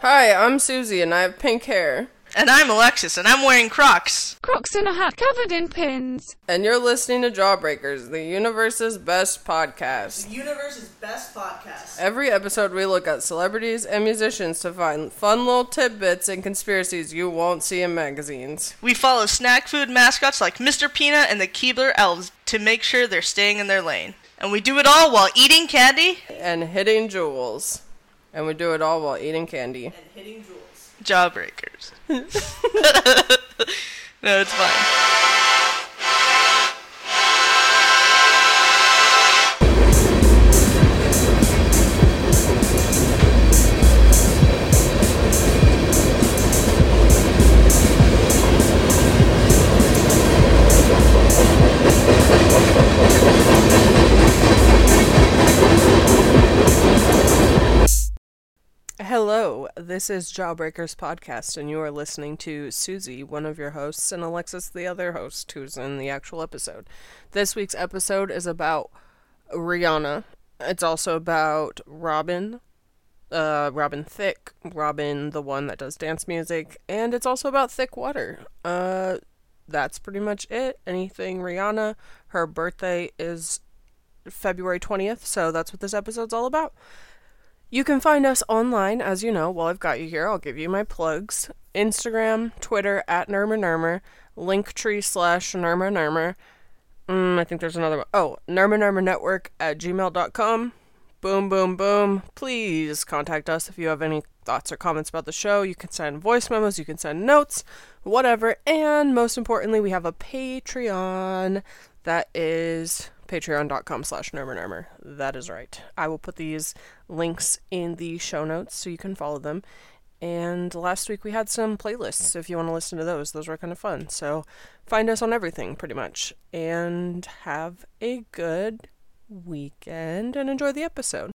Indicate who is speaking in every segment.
Speaker 1: Hi, I'm Susie and I have pink hair.
Speaker 2: And I'm Alexis, and I'm wearing Crocs.
Speaker 3: Crocs and a hat covered in pins.
Speaker 1: And you're listening to Jawbreakers, the universe's best podcast.
Speaker 4: Universe's best podcast.
Speaker 1: Every episode, we look at celebrities and musicians to find fun little tidbits and conspiracies you won't see in magazines.
Speaker 2: We follow snack food mascots like Mr. Peanut and the Keebler Elves to make sure they're staying in their lane. And we do it all while eating candy.
Speaker 1: And hitting jewels. And we do it all while eating candy.
Speaker 4: And hitting jewels.
Speaker 2: Jawbreakers. no, it's fine.
Speaker 1: Hello, this is Jawbreakers Podcast, and you are listening to Susie, one of your hosts, and Alexis, the other host, who's in the actual episode. This week's episode is about Rihanna. It's also about Robin, uh, Robin Thicke, Robin, the one that does dance music, and it's also about Thick Water. Uh, that's pretty much it. Anything Rihanna, her birthday is February 20th, so that's what this episode's all about. You can find us online, as you know. While I've got you here, I'll give you my plugs: Instagram, Twitter at Nerma Nermer, Linktree slash Nerma Nermer. Mm, I think there's another one. Oh, Nerma Nerma Network at gmail.com. Boom, boom, boom. Please contact us if you have any thoughts or comments about the show. You can send voice memos, you can send notes, whatever. And most importantly, we have a Patreon that is patreon.com slash nermernermer. That is right. I will put these links in the show notes so you can follow them. And last week we had some playlists if you want to listen to those. Those were kind of fun. So find us on everything pretty much. And have a good weekend and enjoy the episode.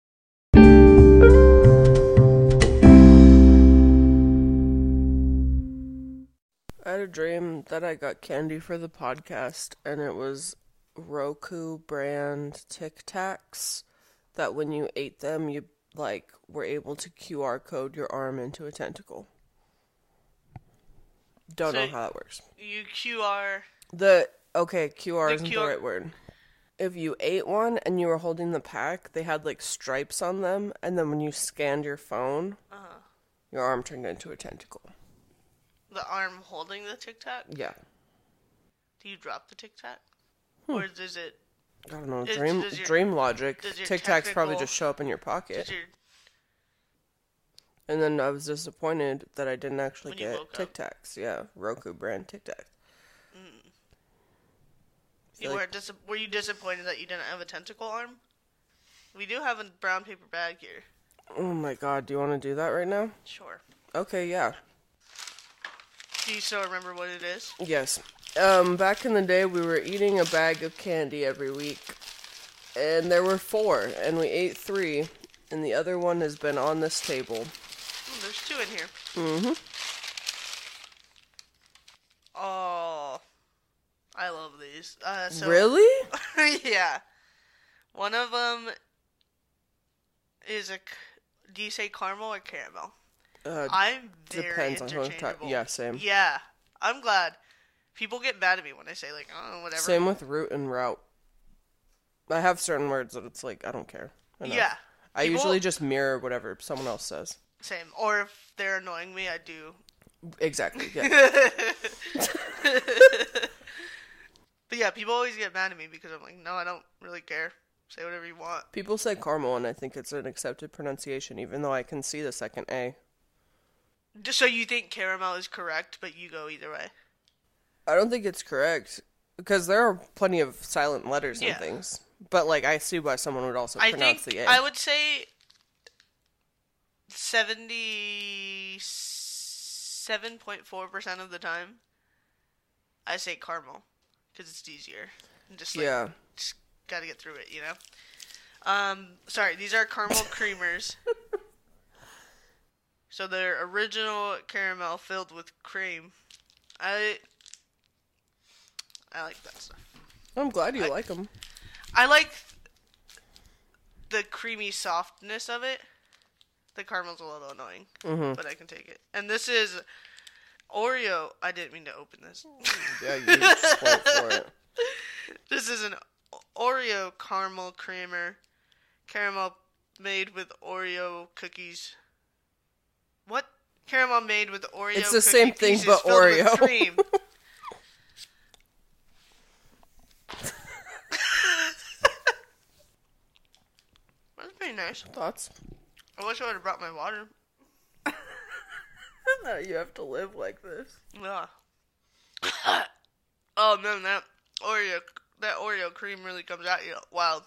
Speaker 1: I had a dream that I got candy for the podcast, and it was Roku brand Tic Tacs that when you ate them, you like were able to QR code your arm into a tentacle. Don't know
Speaker 2: So-
Speaker 1: how that works.
Speaker 2: You QR.
Speaker 1: The okay, QR
Speaker 2: The
Speaker 1: isn't the
Speaker 2: QR
Speaker 1: right word. If you ate one and you were holding the pack, they had like stripes on them, and then when you scanned your phone,
Speaker 2: uh-huh.
Speaker 1: your arm turned into a tentacle.
Speaker 2: The arm holding the Tic Tac?
Speaker 1: Yeah,
Speaker 2: Do you drop the Tic Tac? Or does it.
Speaker 1: I don't know.
Speaker 2: Does-
Speaker 1: Dream
Speaker 2: does your-
Speaker 1: dream logic.
Speaker 2: does your
Speaker 1: Tic Tacs probably
Speaker 2: tentacle-
Speaker 1: just show up in your pocket.
Speaker 2: Does your,
Speaker 1: And then I was disappointed that I didn't actually
Speaker 2: When you
Speaker 1: get
Speaker 2: woke
Speaker 1: Tic Tacs. Yeah, Roku brand Tic Tacs.
Speaker 2: you
Speaker 1: like-
Speaker 2: were, dis- were you disappointed that you didn't have a tentacle arm? We do have a brown paper bag here.
Speaker 1: Oh my god, do you want to do that right now?
Speaker 2: Sure.
Speaker 1: Okay, yeah.
Speaker 2: Do you still remember what it is?
Speaker 1: Yes. Um, back in the day, we were eating a bag of candy every week, and there were four, and we ate three, and the other one has been on this table.
Speaker 2: Ooh, there's two in here. Mm-hmm. Oh, I love these. Uh, so,
Speaker 1: really?
Speaker 2: yeah. One of them is a. c- Do you say caramel or caramel?
Speaker 1: Uh,
Speaker 2: I'm very
Speaker 1: depends on who I'm talking-
Speaker 2: interchangeable.
Speaker 1: yeah, same.
Speaker 2: Yeah, I'm glad. People get mad at me when I say like, oh, whatever.
Speaker 1: same with root and route. I have certain words that it's like I don't care. enough.
Speaker 2: Yeah.
Speaker 1: I
Speaker 2: People-
Speaker 1: usually just mirror whatever someone else says.
Speaker 2: Same. Or if they're annoying me, I do
Speaker 1: Exactly. Yeah.
Speaker 2: But yeah, people always get mad at me because I'm like, no, I don't really care. Say whatever you want.
Speaker 1: People say caramel, and I think it's an accepted pronunciation, even though I can see the second A.
Speaker 2: Just so you think caramel is correct, but you go either way.
Speaker 1: I don't think it's correct because there are plenty of silent letters and
Speaker 2: Yeah.
Speaker 1: things. But like, I see why someone would also
Speaker 2: I
Speaker 1: pronounce
Speaker 2: think
Speaker 1: the A.
Speaker 2: I would say seventy-seven point four percent of the time, I say caramel because it's easier. And just like,
Speaker 1: Yeah.
Speaker 2: just gotta get through it, you know. Um, sorry, these are caramel creamers. so they're original caramel filled with cream. I I like that stuff.
Speaker 1: I'm glad you like 'em. like them.
Speaker 2: I like the creamy softness of it. The caramel's a little annoying, but I can take it. And this is Oreo. I didn't mean to open this.
Speaker 5: Yeah, you spoiled for it.
Speaker 2: This is an Oreo caramel creamer, caramel made with Oreo cookies. What? Caramel made with Oreo.
Speaker 1: It's the
Speaker 2: cookie
Speaker 1: same thing,
Speaker 2: pieces
Speaker 1: but
Speaker 2: filled with
Speaker 1: Oreo.
Speaker 2: cream. That's pretty nice.
Speaker 1: Thoughts?
Speaker 2: I wish I would have brought my water.
Speaker 1: That you have to live like this.
Speaker 2: Yeah. oh man, that Oreo that Oreo cream really comes at you wild.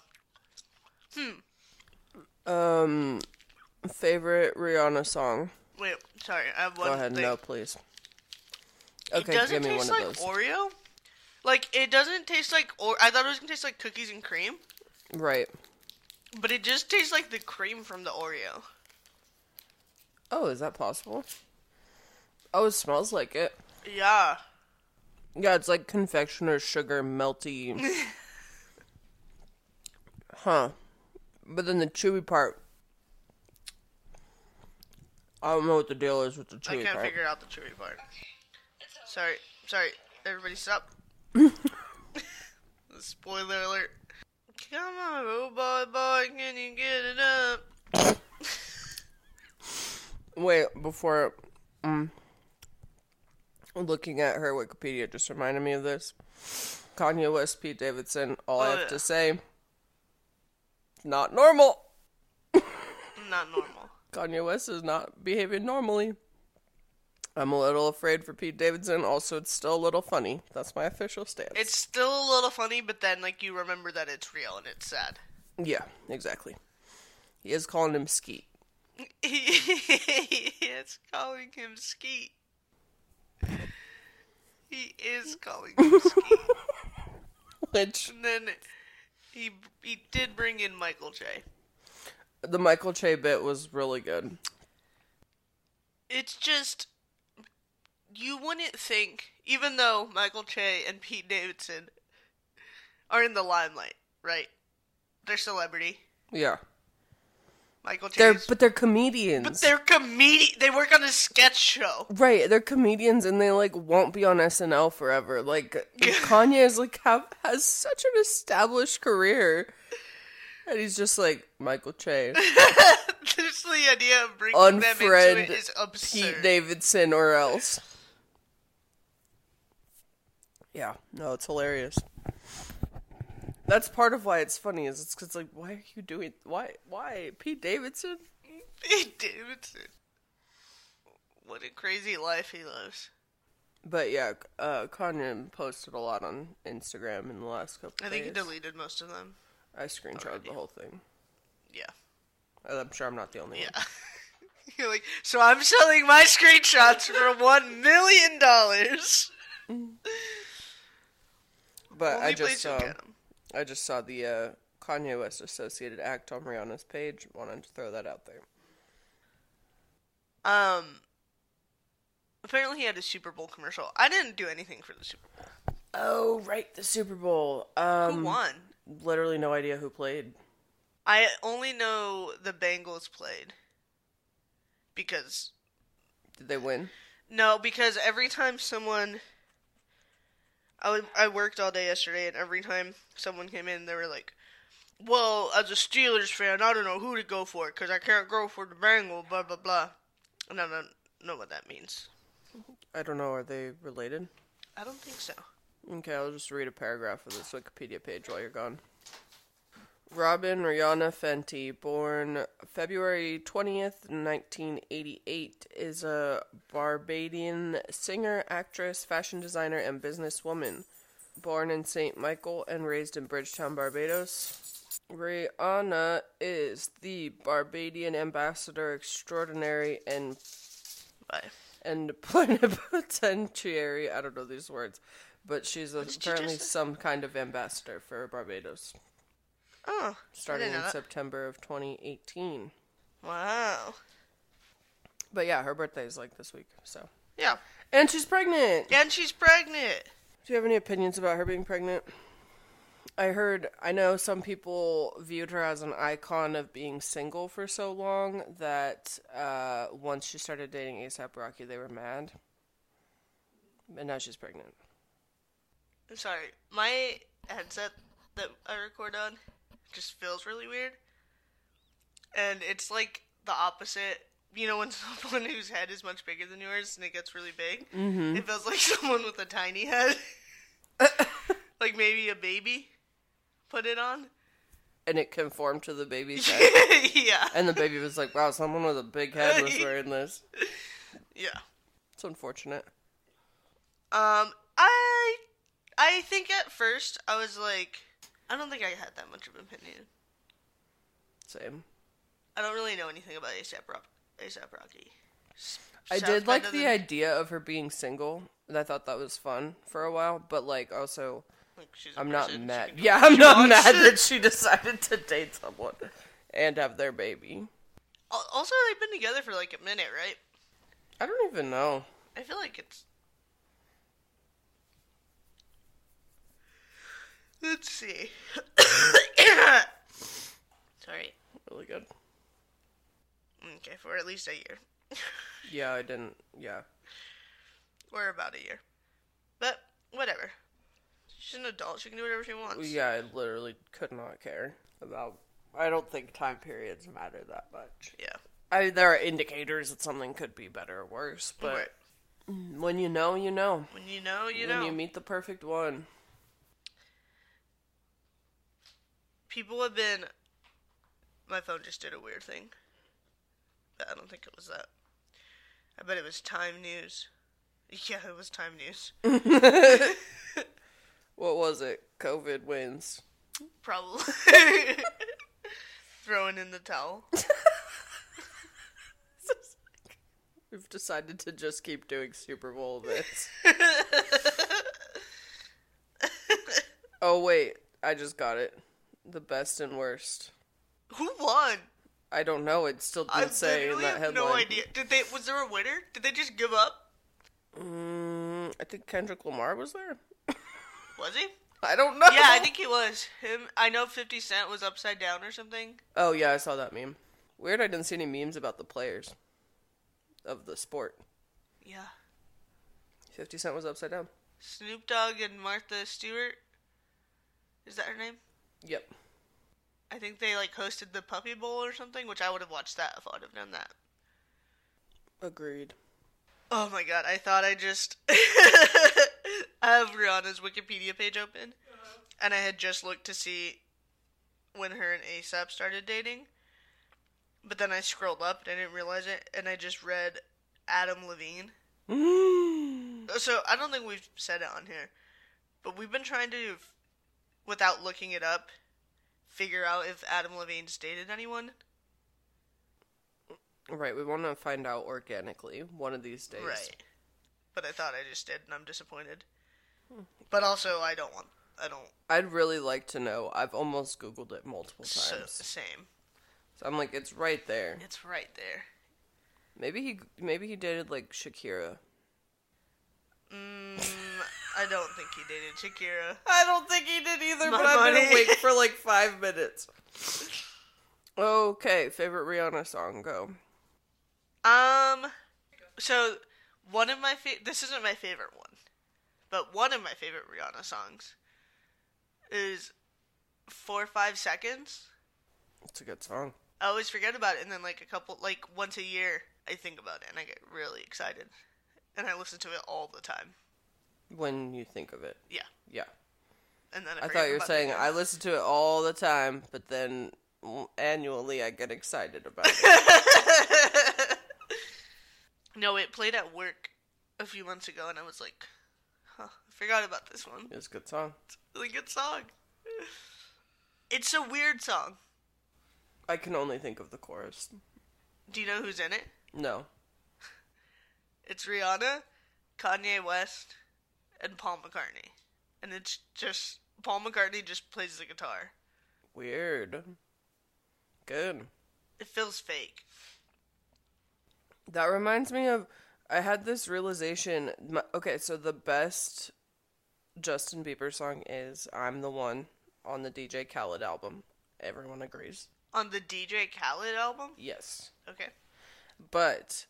Speaker 1: Um, favorite Rihanna song?
Speaker 2: Wait, sorry, I have one
Speaker 1: Go ahead.
Speaker 2: thing.
Speaker 1: No, please.
Speaker 2: It
Speaker 1: Okay,
Speaker 2: doesn't
Speaker 1: give me one
Speaker 2: taste
Speaker 1: of
Speaker 2: like
Speaker 1: those.
Speaker 2: Oreo. Like it doesn't taste like or I thought it was gonna taste like cookies and cream,
Speaker 1: right.
Speaker 2: but it just tastes like the cream from the Oreo.
Speaker 1: Oh, is that possible? Oh, it smells like it.
Speaker 2: Yeah.
Speaker 1: Yeah, it's like confectioner sugar melty. huh. But then the chewy part. I don't know what the deal is with the
Speaker 2: I
Speaker 1: chewy
Speaker 2: can't
Speaker 1: part.
Speaker 2: figure out the chewy part. Sorry, sorry, everybody, stop. Spoiler alert. Come on, robot boy, can you get it up?
Speaker 1: Wait, before um, looking at her Wikipedia just reminded me of this. Kanye West, Pete Davidson. All I
Speaker 2: Oh,
Speaker 1: have
Speaker 2: yeah.
Speaker 1: to say, not normal.
Speaker 2: Not normal.
Speaker 1: Kanye West is not behaving normally. I'm a little afraid for Pete Davidson. Also, it's still a little funny. That's my official stance.
Speaker 2: It's still a little funny, but then like you remember that it's real and it's sad.
Speaker 1: yeah, exactly. He is calling him Skeet.
Speaker 2: it's calling him Skeet. He is calling him Skeet.
Speaker 1: Which
Speaker 2: and then he he did bring in Michael J.
Speaker 1: the Michael Che bit was really good.
Speaker 2: It's just you wouldn't think, even though Michael Che and Pete Davidson are in the limelight, right? They're celebrity.
Speaker 1: Yeah,
Speaker 2: Michael Che.
Speaker 1: they're
Speaker 2: is-
Speaker 1: but they're comedians.
Speaker 2: but they're comedian. They work on a sketch show.
Speaker 1: Right, they're comedians and they like won't be on SNL forever. Like Kanye is like have, has such an established career, and he's just like Michael Che,
Speaker 2: just the idea of bringing them into it is
Speaker 1: unfriend
Speaker 2: absurd.
Speaker 1: Pete Davidson or else. Yeah, no, it's hilarious. That's part of why it's funny is it's 'cause, like why are you doing why why Pete Davidson?
Speaker 2: Pete Davidson. What a crazy life he lives.
Speaker 1: But yeah, uh, Kanye posted a lot on Instagram in the last couple.
Speaker 2: I think he
Speaker 1: days.
Speaker 2: deleted most of them.
Speaker 1: I screenshotted the whole thing.
Speaker 2: Yeah.
Speaker 1: And I'm sure I'm not the only
Speaker 2: Yeah. You're like, so I'm selling my screenshots for one million dollars.
Speaker 1: one. But I
Speaker 2: Only
Speaker 1: just
Speaker 2: place
Speaker 1: saw,
Speaker 2: you get 'em.
Speaker 1: I just saw the uh, Kanye West associated act on Rihanna's page. Wanted to throw that out there.
Speaker 2: Um. Apparently, he had a Super Bowl commercial. I didn't do anything for the Super Bowl.
Speaker 1: Oh right, the Super Bowl. Um,
Speaker 2: Who won?
Speaker 1: Literally no idea who played.
Speaker 2: I only know the Bengals played because
Speaker 1: Did they win?
Speaker 2: No, because every time someone, I w- I worked all day yesterday, and every time someone came in, they were like, "Well, as a Steelers fan, I don't know who to go for because I can't go for the Bengals." Blah blah blah. And I don't know what that means.
Speaker 1: I don't know. Are they related?
Speaker 2: I don't think so.
Speaker 1: Okay, I'll just read a paragraph of this Wikipedia page while you're gone. Robin Rihanna Fenty, born February 20th, 1988, is a Barbadian singer, actress, fashion designer, and businesswoman. Born in St. Michael and raised in Bridgetown, Barbados. Rihanna is the Barbadian ambassador extraordinary and
Speaker 2: Bye.
Speaker 1: and plenipotentiary. I don't know these words, but she's a,
Speaker 2: did you
Speaker 1: apparently
Speaker 2: just
Speaker 1: some kind of ambassador for Barbados,
Speaker 2: Oh,
Speaker 1: starting in
Speaker 2: know that.
Speaker 1: September of 2018.
Speaker 2: wow.
Speaker 1: But yeah, her birthday is like this week, so
Speaker 2: Yeah,
Speaker 1: and she's pregnant.
Speaker 2: and she's pregnant.
Speaker 1: Do you have any opinions about her being pregnant? I heard, I know some people viewed her as an icon of being single for so long that uh, once she started dating ASAP Rocky, they were mad. And now she's pregnant.
Speaker 2: I'm sorry. My headset that I record on just feels really weird. And it's like the opposite. You know, when someone whose head is much bigger than yours and it gets really big, it feels like someone with a tiny head. like maybe a baby put it on.
Speaker 1: And it conformed to the baby's head.
Speaker 2: yeah.
Speaker 1: And the baby was like, wow, someone with a big head was wearing this.
Speaker 2: Yeah.
Speaker 1: It's unfortunate.
Speaker 2: Um, I I think at first I was like, I don't think I had that much of an opinion.
Speaker 1: Same.
Speaker 2: I don't really know anything about ASAP Rock, ASAP Rocky. S-
Speaker 1: I
Speaker 2: South
Speaker 1: did
Speaker 2: Bend
Speaker 1: like the
Speaker 2: doesn't-
Speaker 1: idea of her being single, and I thought that was fun for a while, but like also,
Speaker 2: Like she's a
Speaker 1: I'm not
Speaker 2: person, she
Speaker 1: mad.
Speaker 2: can do
Speaker 1: Yeah,
Speaker 2: what
Speaker 1: I'm
Speaker 2: she
Speaker 1: not
Speaker 2: wants.
Speaker 1: mad that she decided to date someone and have their baby.
Speaker 2: Al- Also, they've been together for like a minute, right?
Speaker 1: I don't even know.
Speaker 2: I feel like it's. Let's see. Sorry.
Speaker 1: Really good.
Speaker 2: Okay, for at least a year.
Speaker 1: Yeah, I didn't. Yeah.
Speaker 2: or about a year. But whatever. She's an adult. She can do whatever she wants.
Speaker 1: Yeah, I literally could not care about. I don't think time periods matter that much.
Speaker 2: Yeah.
Speaker 1: I there are indicators that something could be better or worse, but
Speaker 2: Right.
Speaker 1: when you know, you know.
Speaker 2: When you know, you
Speaker 1: when
Speaker 2: know.
Speaker 1: you meet the perfect one.
Speaker 2: People have been. My phone just did a weird thing. But I don't think it was that. I bet it was Time News. Yeah, it was Time News.
Speaker 1: What was it? COVID wins.
Speaker 2: Probably. Throwing in the towel.
Speaker 1: We've decided to just keep doing Super Bowl bits. oh wait, I just got it. The best and worst.
Speaker 2: Who won?
Speaker 1: I don't know. It still
Speaker 2: I
Speaker 1: didn't say in
Speaker 2: literally
Speaker 1: that
Speaker 2: have
Speaker 1: headline.
Speaker 2: no idea. Did they? Was there a winner? Did they just give up?
Speaker 1: Mm, I think Kendrick Lamar was there.
Speaker 2: Was he?
Speaker 1: I don't know.
Speaker 2: Yeah, I think he was. Him. I know Fifty Cent was upside down or something.
Speaker 1: Oh yeah, I saw that meme. Weird, I didn't see any memes about the players of the sport.
Speaker 2: Yeah.
Speaker 1: Fifty Cent was upside down.
Speaker 2: Snoop Dogg and Martha Stewart. Is that her name?
Speaker 1: Yep.
Speaker 2: I think they like hosted the Puppy Bowl or something, which I would have watched that if I would have done that.
Speaker 1: Agreed.
Speaker 2: Oh my god, I thought I just I have Rihanna's Wikipedia page open. And I had just looked to see when her and ASAP started dating. But then I scrolled up and I didn't realize it and I just read Adam Levine. So I don't think we've said it on here. But we've been trying to without looking it up figure out if Adam Levine's dated anyone.
Speaker 1: Right, we want to find out organically one of these days.
Speaker 2: Right. But I thought I just did, and I'm disappointed.
Speaker 1: Hmm.
Speaker 2: But also, I don't want. I don't.
Speaker 1: I'd really like to know. I've almost Googled it multiple
Speaker 2: So,
Speaker 1: times. So,
Speaker 2: same.
Speaker 1: I'm like, it's right there.
Speaker 2: It's right there.
Speaker 1: Maybe he, maybe he dated like Shakira.
Speaker 2: Mm, I don't think he dated Shakira.
Speaker 1: I don't think he did either,
Speaker 2: My
Speaker 1: but I'm gonna
Speaker 2: money.
Speaker 1: wait for like five minutes. Okay, favorite Rihanna song, go.
Speaker 2: Um. So, one of my fa- this isn't my favorite one, but one of my favorite Rihanna songs is four five seconds.
Speaker 1: It's a good song.
Speaker 2: I always forget about it, and then like a couple, like once a year, I think about it, and I get really excited, and I listen to it all the time.
Speaker 1: When you think of it.
Speaker 2: Yeah.
Speaker 1: Yeah.
Speaker 2: and then I,
Speaker 1: I
Speaker 2: forget
Speaker 1: thought you were
Speaker 2: about
Speaker 1: saying
Speaker 2: the-
Speaker 1: I listen to it all the time, but then mm, annually I get excited about it.
Speaker 2: no, it played at work a few months ago, and I was like, "Huh, I forgot about this one.
Speaker 1: It's a good song.
Speaker 2: Really good song. It's a weird song.
Speaker 1: I can only think of the chorus.
Speaker 2: Do you know who's in it?
Speaker 1: No.
Speaker 2: It's Rihanna, Kanye West, and Paul McCartney, and it's just Paul McCartney just plays the guitar.
Speaker 1: Weird. Good.
Speaker 2: It feels fake.
Speaker 1: That reminds me of I had this realization. My, okay, so the best Justin Bieber song is "I'm the One" on the DJ Khaled album. Everyone agrees.
Speaker 2: On the DJ Khaled album?
Speaker 1: Yes.
Speaker 2: Okay.
Speaker 1: But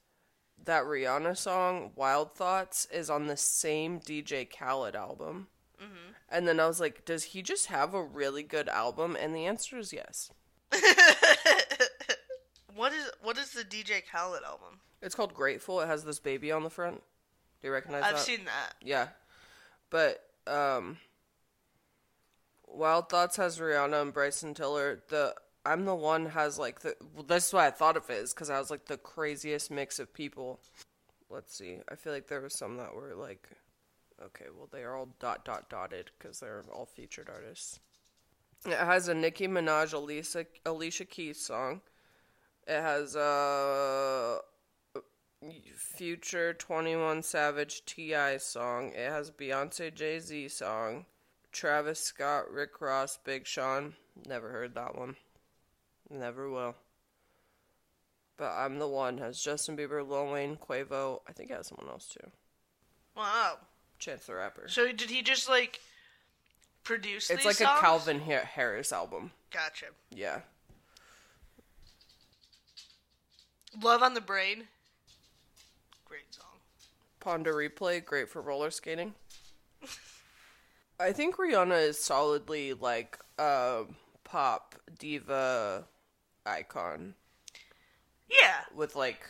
Speaker 1: that Rihanna song, Wild Thoughts, is on the same DJ Khaled album.
Speaker 2: Mm-hmm.
Speaker 1: And then I was like, does he just have a really good album? And the answer is yes.
Speaker 2: What is what is the DJ Khaled album?
Speaker 1: It's called Grateful. It has this baby on the front. Do you recognize
Speaker 2: I've
Speaker 1: that?
Speaker 2: seen that.
Speaker 1: Yeah. But um Wild Thoughts has Rihanna and Bryson Tiller. The I'm the one has like the well, this is what I thought of it is cuz I was like the craziest mix of people. Let's see. I feel like there was some that were like okay, well they are all dot dot dotted cuz they're all featured artists. It has a Nicki Minaj Alicia Alicia Keys song. It has uh Future 21 Savage TI song. It has Beyonce Jay Z song. Travis Scott, Rick Ross, Big Sean. Never heard that one. Never will. But I'm the one. Has Justin Bieber, Lil Wayne, Quavo. I think it has someone else too.
Speaker 2: Wow.
Speaker 1: Chance the Rapper.
Speaker 2: So did he just like produce
Speaker 1: It's
Speaker 2: these
Speaker 1: like
Speaker 2: songs?
Speaker 1: a Calvin Har- Harris album.
Speaker 2: Gotcha.
Speaker 1: Yeah.
Speaker 2: Love on the Brain. Great song.
Speaker 1: Ponder Replay, great for roller skating. I think Rihanna is solidly like a pop diva icon
Speaker 2: Yeah.
Speaker 1: with like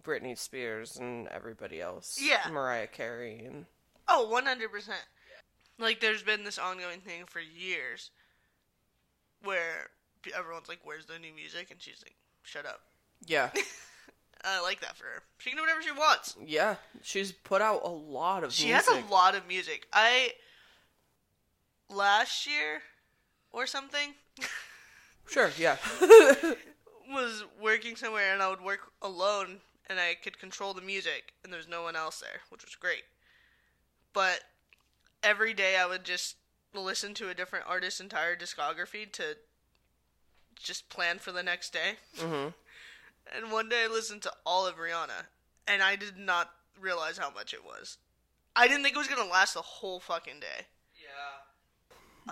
Speaker 1: Britney Spears and everybody else.
Speaker 2: Yeah.
Speaker 1: Mariah Carey and
Speaker 2: Oh, 100%. Like, there's been this ongoing thing for years where p- everyone's like, where's the new music? And she's like, shut up.
Speaker 1: yeah.
Speaker 2: I like that for her. She can do whatever she wants.
Speaker 1: yeah. She's put out a lot of
Speaker 2: She
Speaker 1: music.
Speaker 2: has a lot of music. I. Last year or something
Speaker 1: Sure, yeah.
Speaker 2: was working somewhere and I would work alone and I could control the music and there's no one else there, which was great. But every day I would just listen to a different artist's entire discography to just plan for the next day. Mm-hmm. And one day I listened to all of Rihanna and I did not realize how much it was. I didn't think it was going to last the whole fucking day. Yeah.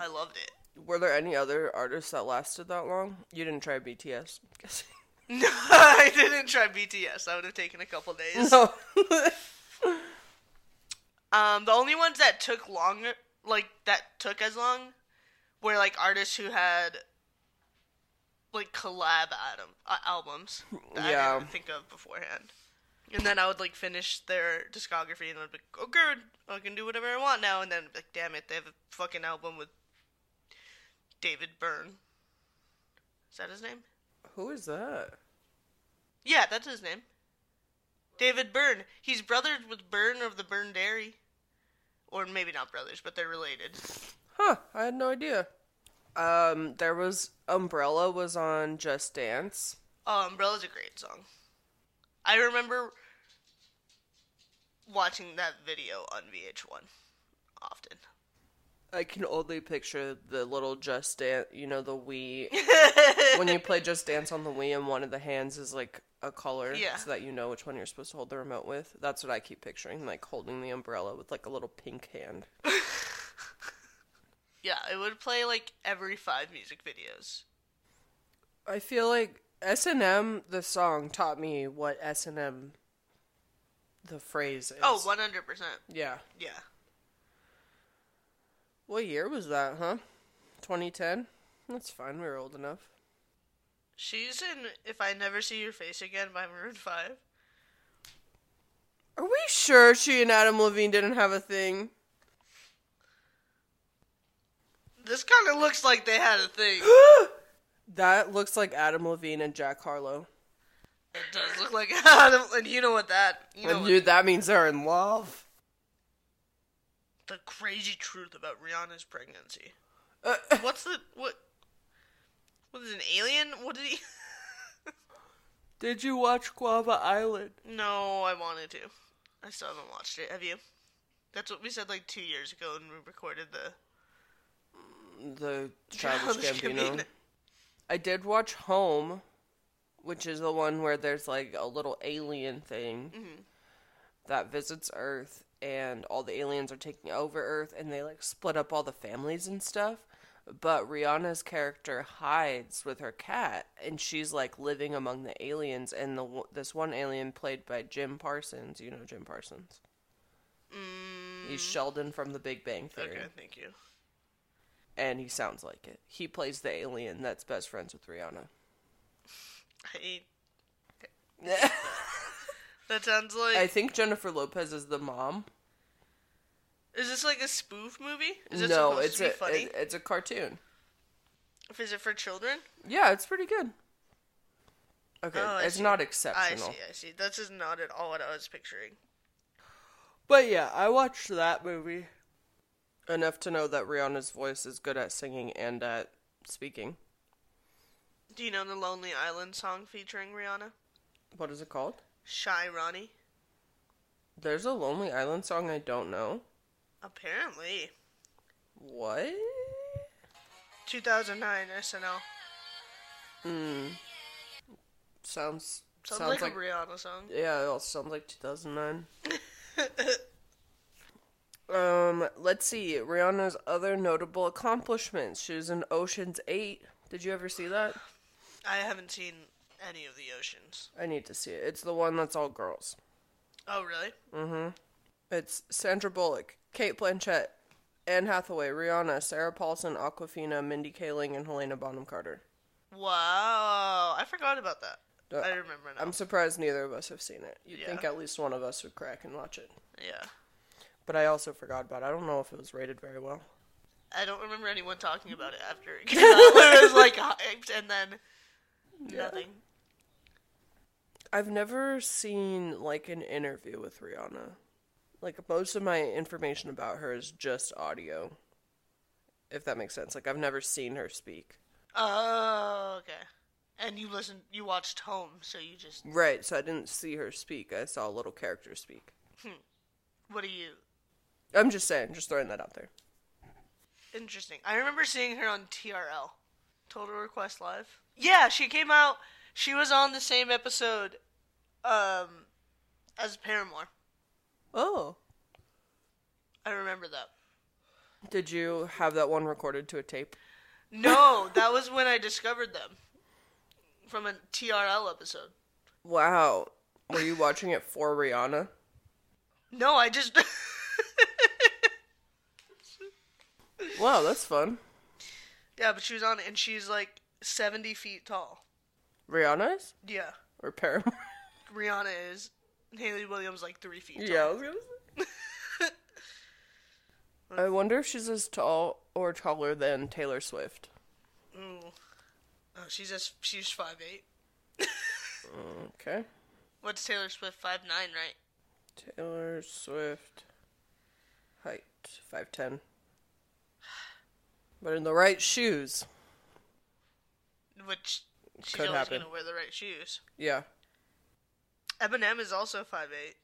Speaker 2: I loved it.
Speaker 1: Were there any other artists that lasted that long? You didn't try BTS, I'm guessing.
Speaker 2: No, I didn't try BTS. That would have taken a couple days.
Speaker 1: No.
Speaker 2: Um, the only ones that took longer, like that took as long, were like artists who had like collab adam- uh, albums that I
Speaker 1: Yeah.
Speaker 2: didn't think of beforehand. And then I would like finish their discography and I'd be like, okay, I can do whatever I want now. And then like, damn it, they have a fucking album with David Byrne. Is that his name?
Speaker 1: Who is that?
Speaker 2: Yeah, that's his name. David Byrne. He's brothers with Byrne of the Byrne Dairy. Or maybe not brothers, but they're related.
Speaker 1: Huh, I had no idea. Um, there was Umbrella was on Just Dance.
Speaker 2: Oh, Umbrella's a great song. I remember watching that video on VH1 often.
Speaker 1: I can only picture the little Just Dance, you know, the Wii. when you play Just Dance on the Wii and one of the hands is like a color
Speaker 2: Yeah.
Speaker 1: so that you know which one you're supposed to hold the remote with. That's what I keep picturing, like holding the umbrella with like a little pink hand.
Speaker 2: Yeah, it would play like every five music videos.
Speaker 1: I feel like S&M, the song, taught me what S&M, the phrase is.
Speaker 2: Oh, 100%.
Speaker 1: Yeah.
Speaker 2: Yeah.
Speaker 1: What year was that, huh? 2010? That's fine, we were old enough.
Speaker 2: She's in If I Never See Your Face Again by Maroon 5.
Speaker 1: Are we sure she and Adam Levine didn't have a thing?
Speaker 2: This kind of looks like they had a thing.
Speaker 1: That looks like Adam Levine and Jack Harlow.
Speaker 2: It does look like Adam, and you know what that. You know
Speaker 1: and
Speaker 2: what-
Speaker 1: dude, that means they're in love.
Speaker 2: the crazy truth about Rihanna's pregnancy.
Speaker 1: Uh,
Speaker 2: What's the what? What is an alien? What did he?
Speaker 1: Did you watch Guava Island?
Speaker 2: no, I wanted to. I still haven't watched it. Have you? That's what we said like two years ago, and we recorded the.
Speaker 1: The Childish
Speaker 2: Childish
Speaker 1: Gambino.
Speaker 2: Gambino.
Speaker 1: I did watch Home, which is the one where there's like a little alien thing that visits Earth, and all the aliens are taking over Earth, and they like split up all the families and stuff. But Rihanna's character hides with her cat, and she's like living among the aliens. And the w- this one alien played by Jim Parsons, you know Jim Parsons. He's Sheldon from The Big Bang Theory,
Speaker 2: Okay, thank you.
Speaker 1: and he sounds like it. He plays the alien that's best friends with Rihanna.
Speaker 2: I, that sounds like.
Speaker 1: I think Jennifer Lopez is the mom.
Speaker 2: is this like a spoof movie? Is it
Speaker 1: no,
Speaker 2: supposed
Speaker 1: it's
Speaker 2: to be
Speaker 1: a
Speaker 2: funny?
Speaker 1: it- it's a cartoon.
Speaker 2: is it for children?
Speaker 1: Yeah, it's pretty good. Okay,
Speaker 2: Oh, I
Speaker 1: it's
Speaker 2: see.
Speaker 1: not
Speaker 2: I
Speaker 1: exceptional.
Speaker 2: see, I see. This is not at all what I was picturing.
Speaker 1: But yeah, I watched that movie enough to know that Rihanna's voice is good at singing and at speaking.
Speaker 2: Do you know the Lonely Island song featuring Rihanna?
Speaker 1: What is it called?
Speaker 2: Shy Ronnie?
Speaker 1: There's a Lonely Island song I don't know.
Speaker 2: Apparently.
Speaker 1: What?
Speaker 2: 2009 SNL.
Speaker 1: Sounds
Speaker 2: Sounds, like, a Rihanna song.
Speaker 1: Yeah, it also sounds like 2009. um, let's see. Rihanna's other notable accomplishments. She was in Ocean's 8. Did you ever see that?
Speaker 2: I haven't seen any of the oceans.
Speaker 1: I need to see it. It's the one that's all girls.
Speaker 2: Oh, really?
Speaker 1: It's Sandra Bullock, Kate Blanchett, Anne Hathaway, Rihanna, Sarah Paulson, Aquafina, Mindy Kaling, and Helena Bonham Carter.
Speaker 2: Wow. I forgot about that.
Speaker 1: Uh,
Speaker 2: I remember now.
Speaker 1: I'm surprised neither of us have seen it. You'd
Speaker 2: Yeah.
Speaker 1: think at least one of us would crack and watch it.
Speaker 2: Yeah.
Speaker 1: But I also forgot about it. I don't know if it was rated very well.
Speaker 2: I don't remember anyone talking about it after it came out. it was like hyped and then nothing.
Speaker 1: I've never seen like an interview with Rihanna. Like most of my information about her is just audio. If that makes sense. Like I've never seen her speak.
Speaker 2: Oh, okay. And you listened, you watched Home, so you just.
Speaker 1: Right, so I didn't see her speak. I saw a little character speak.
Speaker 2: hmm. What do you.
Speaker 1: I'm just saying, just throwing that out there.
Speaker 2: Interesting. I remember seeing her on TRL, Total Request Live. Yeah, she came out. She was on the same episode um, as Paramore.
Speaker 1: Oh.
Speaker 2: I remember that.
Speaker 1: Did you have that one recorded to a tape?
Speaker 2: No, that was when I discovered them from a TRL episode.
Speaker 1: Wow. Were you watching it for Rihanna?
Speaker 2: No, I just.
Speaker 1: Wow, that's fun.
Speaker 2: yeah, but she was on it, and she's like 70 feet tall.
Speaker 1: Rihanna's?
Speaker 2: Yeah.
Speaker 1: Or Paramore?
Speaker 2: Rihanna is. Haley Williams, like three feet tall.
Speaker 1: Yeah, I was gonna say. I wonder if she's as tall or taller than Taylor Swift.
Speaker 2: Ooh. Oh, she's just, she's 5'8.
Speaker 1: Okay.
Speaker 2: What's Taylor Swift? 5'9, right?
Speaker 1: Taylor Swift height five ten. But in the right shoes.
Speaker 2: Which she's
Speaker 1: Could
Speaker 2: always
Speaker 1: happen.
Speaker 2: gonna wear the right shoes.
Speaker 1: Yeah.
Speaker 2: Eminem is also five eight.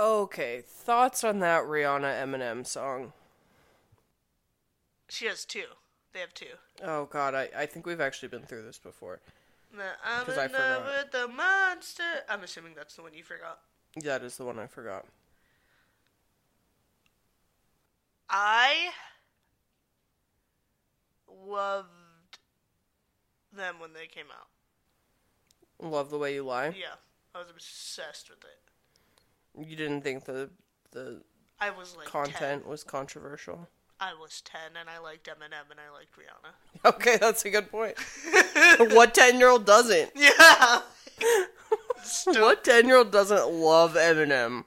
Speaker 1: Okay. Thoughts on that Rihanna Eminem song?
Speaker 2: She has two. They have two.
Speaker 1: Oh god, I, I think we've actually been through this before.
Speaker 2: The I'm
Speaker 1: 'Cause I
Speaker 2: in love
Speaker 1: forgot.
Speaker 2: with the monster. I'm assuming that's the one you forgot.
Speaker 1: That is the one I forgot.
Speaker 2: I loved them when they came out.
Speaker 1: Love the way you lie.
Speaker 2: Yeah, I was obsessed with it.
Speaker 1: You didn't think the the
Speaker 2: I was like 10.
Speaker 1: content was controversial.
Speaker 2: I was ten, and I liked Eminem, and I liked Rihanna.
Speaker 1: Okay, that's a good point. what 10 year old doesn't?
Speaker 2: Yeah.
Speaker 1: What 10 year old doesn't love Eminem? Uh,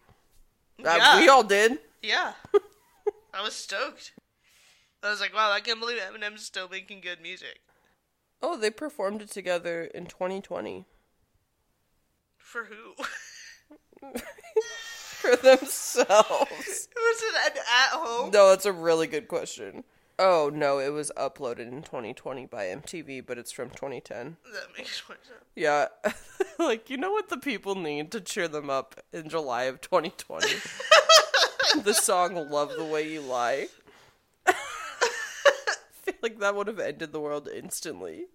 Speaker 2: Yeah.
Speaker 1: We all did.
Speaker 2: Yeah. I was stoked. I was like, wow, I can't believe Eminem's still making good music.
Speaker 1: Oh, they performed it together in 2020
Speaker 2: For who?
Speaker 1: for themselves.
Speaker 2: was it an at home?
Speaker 1: no, that's a really good question. Oh, no, it was uploaded in 2020 by MTV, but it's from 2010.
Speaker 2: That makes more sense.
Speaker 1: Yeah. like, you know what the people need to cheer them up in July of 2020? the song Love the Way You Lie. I feel like that would have ended the world instantly.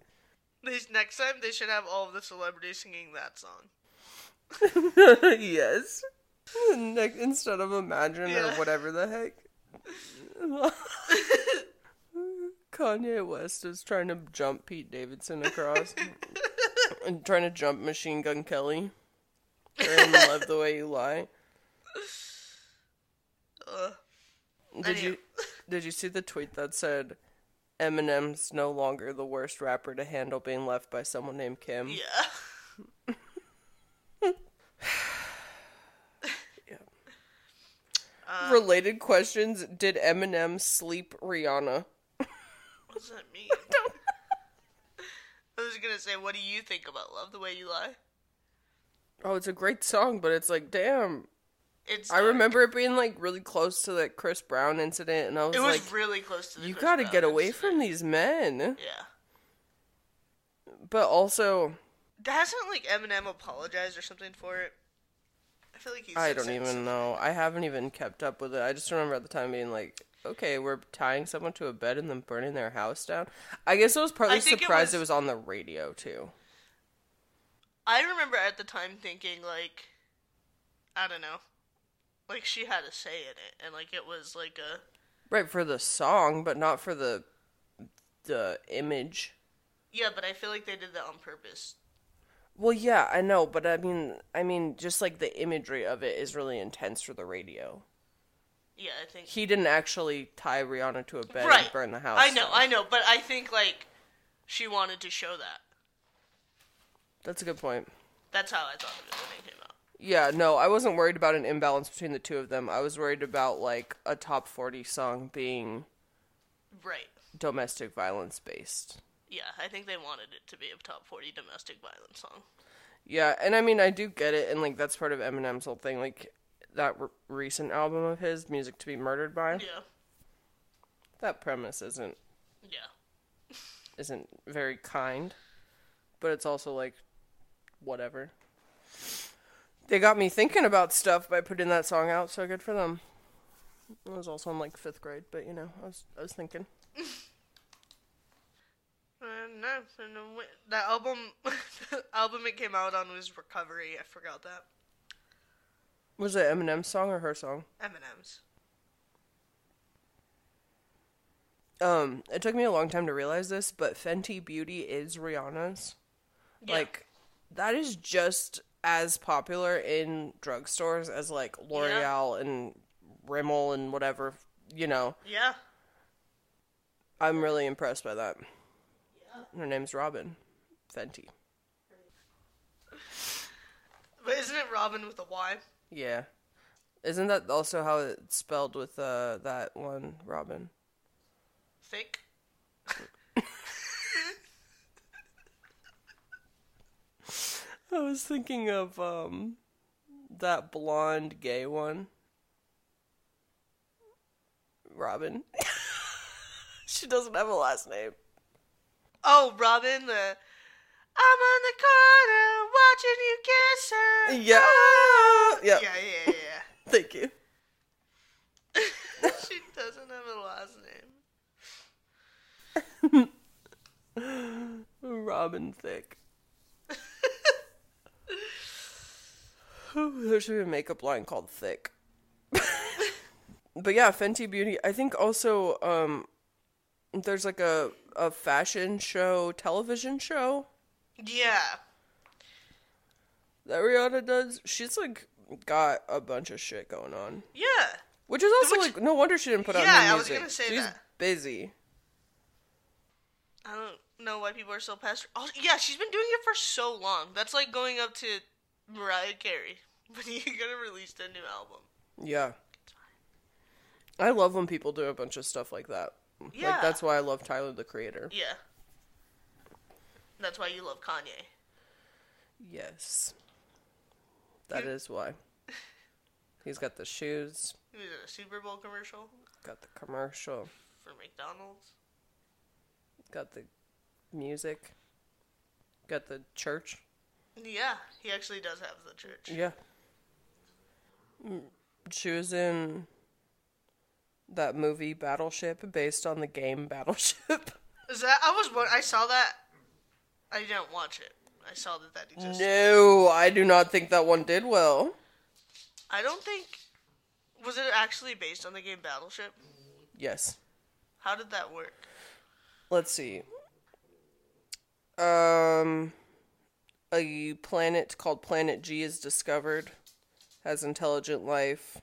Speaker 2: These, next time, they should have all of the celebrities singing that song.
Speaker 1: yes. Ne- instead of Imagine
Speaker 2: Yeah.
Speaker 1: or whatever the heck. Kanye West is trying to jump Pete Davidson across, and trying to jump Machine Gun Kelly. Or in Love the Way You Lie.
Speaker 2: Ugh.
Speaker 1: Did
Speaker 2: Anywho.
Speaker 1: you did you see the tweet that said Eminem's no longer the worst rapper to handle being left by someone named Kim?
Speaker 2: Yeah.
Speaker 1: Related questions: Did Eminem sleep Rihanna?
Speaker 2: What does that mean? I was gonna say, what do you think about love the way you lie?
Speaker 1: Oh, it's a great song, but it's like, damn.
Speaker 2: It's
Speaker 1: I remember it being like really close to that Chris Brown incident, and I was,
Speaker 2: it was
Speaker 1: like,
Speaker 2: really close to the.
Speaker 1: you
Speaker 2: Chris
Speaker 1: gotta
Speaker 2: Brown
Speaker 1: get away
Speaker 2: incident.
Speaker 1: from these men.
Speaker 2: Yeah.
Speaker 1: But also,
Speaker 2: Hasn't like Eminem apologized or something for it? I feel like he's.
Speaker 1: I don't even know. I haven't even kept up with it. I just remember at the time being like, okay, we're tying someone to a bed and then burning their house down. I guess I was partly
Speaker 2: I think it
Speaker 1: surprised
Speaker 2: was-
Speaker 1: it was on the radio too.
Speaker 2: I remember at the time thinking like, I don't know, like she had a say in it, and like it was like a
Speaker 1: Right for the song, but not for the the image.
Speaker 2: yeah, but I feel like they did that on purpose.
Speaker 1: Well, yeah, I know, but I mean, I mean, just like the imagery of it is really intense for the radio.
Speaker 2: Yeah, I think
Speaker 1: He didn't actually tie Rihanna to a bed and burn the house.
Speaker 2: I know,
Speaker 1: down.
Speaker 2: I know, but I think like she wanted to show that.
Speaker 1: That's a good point.
Speaker 2: That's how I thought of it when it came out.
Speaker 1: Yeah, no, I wasn't worried about an imbalance between the two of them. I was worried about like a top 40 song being
Speaker 2: Right.
Speaker 1: domestic violence based.
Speaker 2: Yeah, I think they wanted it to be a top forty domestic violence song.
Speaker 1: Yeah, and I mean, I do get it, and like that's part of Eminem's whole thing. Like that r recent album of his, Music to Be Murdered By,
Speaker 2: Yeah.
Speaker 1: that premise isn't
Speaker 2: Yeah.
Speaker 1: isn't very kind, but it's also like whatever. They got me thinking about stuff by putting that song out, so good for them. I was also in like fifth grade, but you know, I was I was thinking.
Speaker 2: Uh, no, no, wait. that album, the album it came out on was Recovery. I forgot that.
Speaker 1: Was it Eminem's song or her song?
Speaker 2: Eminem's.
Speaker 1: Um, it took me a long time to realize this, but Fenty Beauty is Rihanna's.
Speaker 2: Yeah.
Speaker 1: Like, that is just as popular in drugstores as like L'Oreal and Rimmel and whatever. You know,
Speaker 2: Yeah.
Speaker 1: I'm really impressed by that. Her name's Robin Fenty.
Speaker 2: But isn't it Robin with a Y?
Speaker 1: Yeah, isn't that also how it's spelled with uh that one Robin?
Speaker 2: Thick?
Speaker 1: I was thinking of um that blonde gay one. Robin. she doesn't have a last name.
Speaker 2: Oh, Robin, the. I'm on the corner watching you kiss her.
Speaker 1: Yeah. Yeah.
Speaker 2: Yeah, yeah, yeah.
Speaker 1: Thank you.
Speaker 2: yeah. she doesn't have a last name.
Speaker 1: Robin Thick. there should be a makeup line called Thick. but yeah, Fenty Beauty. I think also um there's like a a fashion show, television show
Speaker 2: Yeah.
Speaker 1: that Rihanna does, she's like got a bunch of shit going on,
Speaker 2: Yeah.
Speaker 1: which is also
Speaker 2: Which-
Speaker 1: like no wonder she didn't put out
Speaker 2: Yeah,
Speaker 1: new
Speaker 2: I was
Speaker 1: music.
Speaker 2: gonna say
Speaker 1: she's
Speaker 2: that.
Speaker 1: busy.
Speaker 2: I don't know why people are so past her. Oh, yeah, she's been doing it for so long. That's like going up to Mariah Carey when you're gonna release a new album.
Speaker 1: Yeah, I love when people do a bunch of stuff like that.
Speaker 2: Yeah.
Speaker 1: Like that's why I love Tyler the Creator.
Speaker 2: Yeah. That's why you love Kanye.
Speaker 1: Yes, that is why. He's got the shoes,
Speaker 2: He was in a Super Bowl commercial
Speaker 1: got the commercial,
Speaker 2: for McDonald's.
Speaker 1: got the music, got the church.
Speaker 2: Yeah, he actually does have the church.
Speaker 1: Yeah. Mm, She was in that movie Battleship based on the game Battleship.
Speaker 2: Is that I was one- I saw that. I didn't watch it. I saw that that existed.
Speaker 1: no, I do not think that one did well.
Speaker 2: I don't think was it actually based on the game Battleship.
Speaker 1: Yes.
Speaker 2: How did that work?
Speaker 1: let's see. Um, a planet called Planet G is discovered, has intelligent life.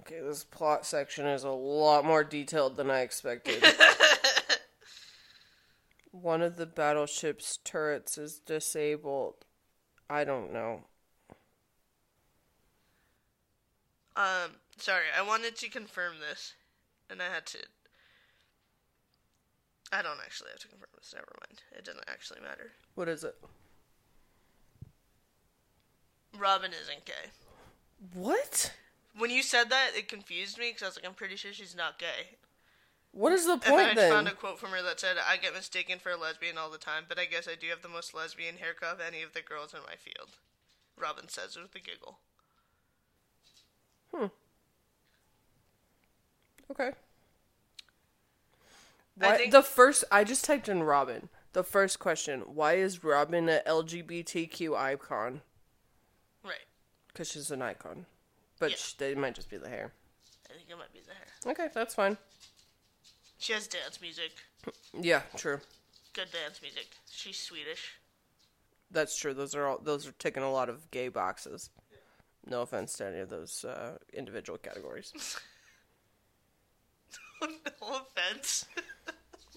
Speaker 1: Okay, this plot section is a lot more detailed than I expected. One of the battleship's turrets is disabled. I don't know.
Speaker 2: Um, sorry, I wanted to confirm this, and I had to. I don't actually have to confirm this. Never mind. It doesn't actually matter.
Speaker 1: What is it?
Speaker 2: Robin isn't gay.
Speaker 1: What?
Speaker 2: When you said that, it confused me because I was like, I'm pretty sure she's not gay.
Speaker 1: What is the
Speaker 2: And
Speaker 1: point
Speaker 2: then I
Speaker 1: then?
Speaker 2: found a quote from her that said, I get mistaken for a lesbian all the time, but I guess I do have the most lesbian haircut of any of the girls in my field. Robin says with a giggle.
Speaker 1: Okay.
Speaker 2: I
Speaker 1: Why,
Speaker 2: think-
Speaker 1: the first I just typed in Robin. The first question: Why is Robin a LGBTQ icon?
Speaker 2: Right.
Speaker 1: Because she's an icon, but
Speaker 2: Yeah.
Speaker 1: sh they might just be the hair.
Speaker 2: I think it might be the hair.
Speaker 1: Okay, that's fine.
Speaker 2: She has dance music.
Speaker 1: Yeah, true.
Speaker 2: Good dance music. She's Swedish.
Speaker 1: That's true. Those are all. Those are ticking a lot of gay boxes. No offense to any of those uh, individual categories.
Speaker 2: Oh, no offense.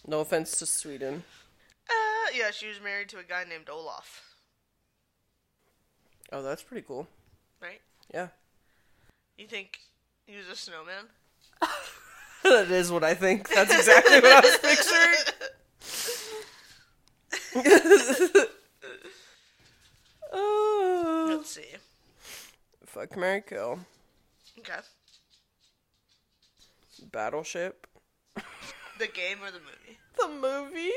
Speaker 1: No offense to Sweden.
Speaker 2: Uh, yeah, she was married to a guy named Olaf,
Speaker 1: Oh, that's pretty cool.
Speaker 2: right?
Speaker 1: Yeah,
Speaker 2: You think he was a snowman?
Speaker 1: that is what I think. That's exactly what I was picturing. Oh.
Speaker 2: Let's see.
Speaker 1: Fuck Mary Kill.
Speaker 2: Okay.
Speaker 1: Battleship.
Speaker 2: The game or the movie?
Speaker 1: The movie?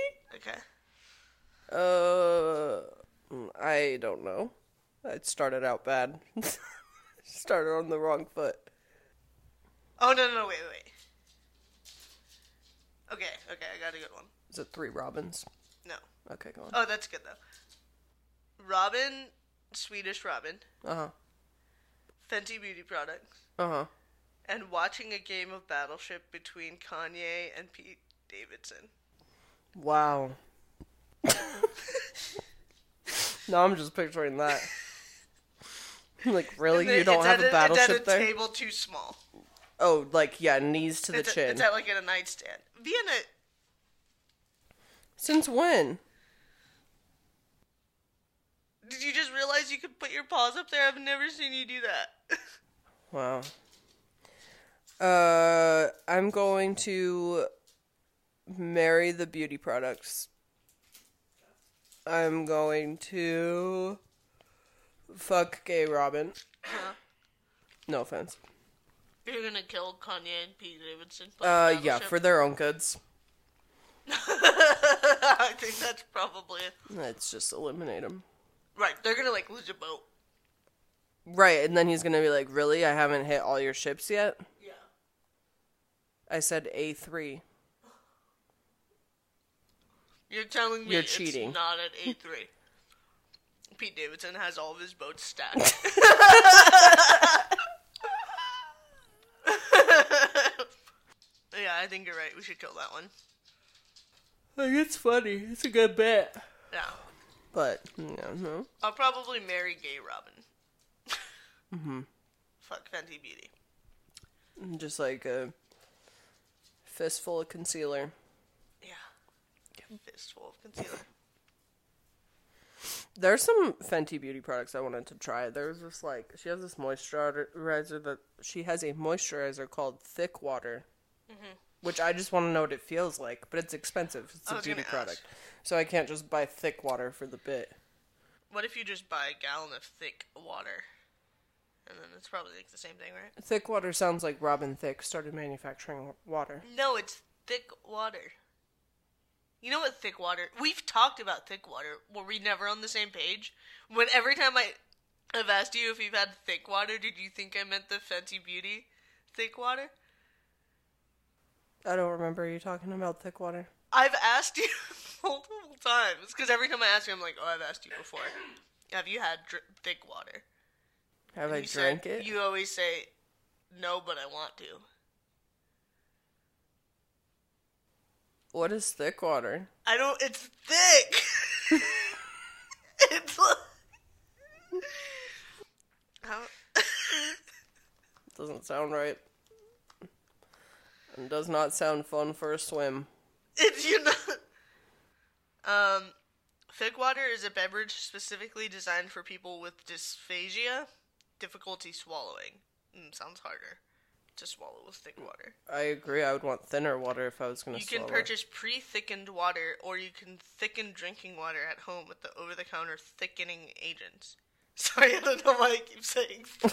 Speaker 2: Okay.
Speaker 1: Uh I don't know. It started out bad. started on the wrong foot.
Speaker 2: Oh, no, no, no, wait, wait. Okay, okay, I got a good one.
Speaker 1: Is it three robins?
Speaker 2: No.
Speaker 1: Okay, go on.
Speaker 2: Oh, that's good, though. Robin, Swedish Robin,
Speaker 1: Uh-huh.
Speaker 2: Fenty Beauty Products,
Speaker 1: Uh-huh.
Speaker 2: and watching a game of Battleship between Kanye and Pete Davidson.
Speaker 1: Wow. no, I'm just picturing that. Like really,
Speaker 2: And the-
Speaker 1: you don't
Speaker 2: it's
Speaker 1: have
Speaker 2: at
Speaker 1: a battleship
Speaker 2: It's at a
Speaker 1: there?
Speaker 2: table too small.
Speaker 1: Oh, like yeah, knees to the
Speaker 2: it's, A,
Speaker 1: chin.
Speaker 2: it's at like at a nightstand. Vienna.
Speaker 1: Since when?
Speaker 2: Did you just realize you could put your paws up there? I've never seen you do that.
Speaker 1: Wow. Uh, I'm going to marry the beauty products. I'm going to fuck gay Robin.
Speaker 2: Uh-huh.
Speaker 1: No offense.
Speaker 2: You're gonna kill Kanye and Pete Davidson.
Speaker 1: Uh, yeah, for their own goods.
Speaker 2: I think that's probably it.
Speaker 1: Let's just eliminate him.
Speaker 2: right. They're gonna like lose a boat.
Speaker 1: Right, and then he's gonna be like, "Really? I haven't hit all your ships yet."
Speaker 4: Yeah.
Speaker 1: I said A three.
Speaker 2: You're telling me
Speaker 1: You're
Speaker 2: it's
Speaker 1: cheating.
Speaker 2: not at A three. Pete Davidson has all of his boats stacked. yeah, I think you're right. We should kill that one.
Speaker 1: Like it's funny. It's a good bet.
Speaker 2: Yeah.
Speaker 1: But yeah, no.
Speaker 2: I'll probably marry gay Robin. mm-hmm. Fuck Fenty Beauty.
Speaker 1: Just like a fistful of concealer.
Speaker 2: Yeah. Fistful of concealer.
Speaker 1: There's some Fenty beauty products I wanted to try. There's this like she has this moisturizer that she has a moisturizer called Thick Water, which I just want to know what it feels like. But it's expensive. It's
Speaker 2: I
Speaker 1: a
Speaker 2: was
Speaker 1: beauty
Speaker 2: gonna
Speaker 1: product, so I can't just buy Thick Water for the bit.
Speaker 2: What if you just buy a gallon of thick water? And then it's probably like the same thing, right?
Speaker 1: Thick Water sounds like Robin Thicke started manufacturing water.
Speaker 2: No, it's thick water. You know what thick water? We've talked about thick water. Were we never on the same page? When every time I have asked you if you've had thick water, did you think I meant the Fenty Beauty thick water?
Speaker 1: I don't remember you talking about Thick Water.
Speaker 2: I've asked you multiple times because every time I ask you, I'm like, "Oh, I've asked you before. Have you had dr- thick water?"
Speaker 1: Have
Speaker 2: And
Speaker 1: I
Speaker 2: you say-
Speaker 1: drank it?
Speaker 2: You always say, "No, but I want to."
Speaker 1: What is thick water?
Speaker 2: I don't. It's thick. it's. Like, How-
Speaker 1: Doesn't sound right. And does not sound fun for a swim.
Speaker 2: It's you know. Um, thick water is a beverage specifically designed for people with dysphagia, difficulty swallowing. Mm, sounds harder to swallow with thick water.
Speaker 1: I agree. I would want thinner water if I was going to
Speaker 2: You can
Speaker 1: swallow.
Speaker 2: purchase pre-thickened water, or you can thicken drinking water at home with the over-the-counter thickening agents. Sorry, I don't know why I keep saying.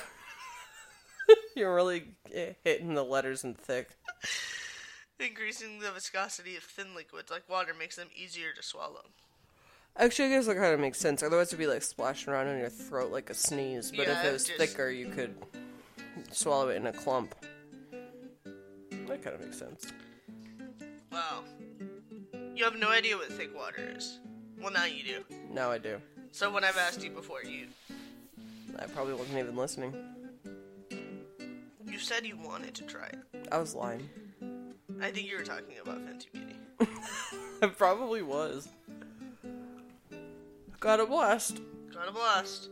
Speaker 1: You're really eh, hitting the letters and thick.
Speaker 2: Increasing the viscosity of thin liquids like water makes them easier to swallow.
Speaker 1: Actually, I guess that kind of makes sense. Otherwise, it'd be like splashing around in your throat like a sneeze. But if
Speaker 2: Yeah,
Speaker 1: it was
Speaker 2: just-
Speaker 1: thicker, you could swallow it in a clump. That kind of makes sense.
Speaker 2: Wow. You have no idea what thick water is. Well, now you do.
Speaker 1: Now I do.
Speaker 2: So when I've asked you before, you
Speaker 1: I probably wasn't even listening.
Speaker 2: you said you wanted to try it.
Speaker 1: I was lying.
Speaker 2: I think you were talking about Fenty Beauty.
Speaker 1: I probably was. Got a blast.
Speaker 2: Got a blast.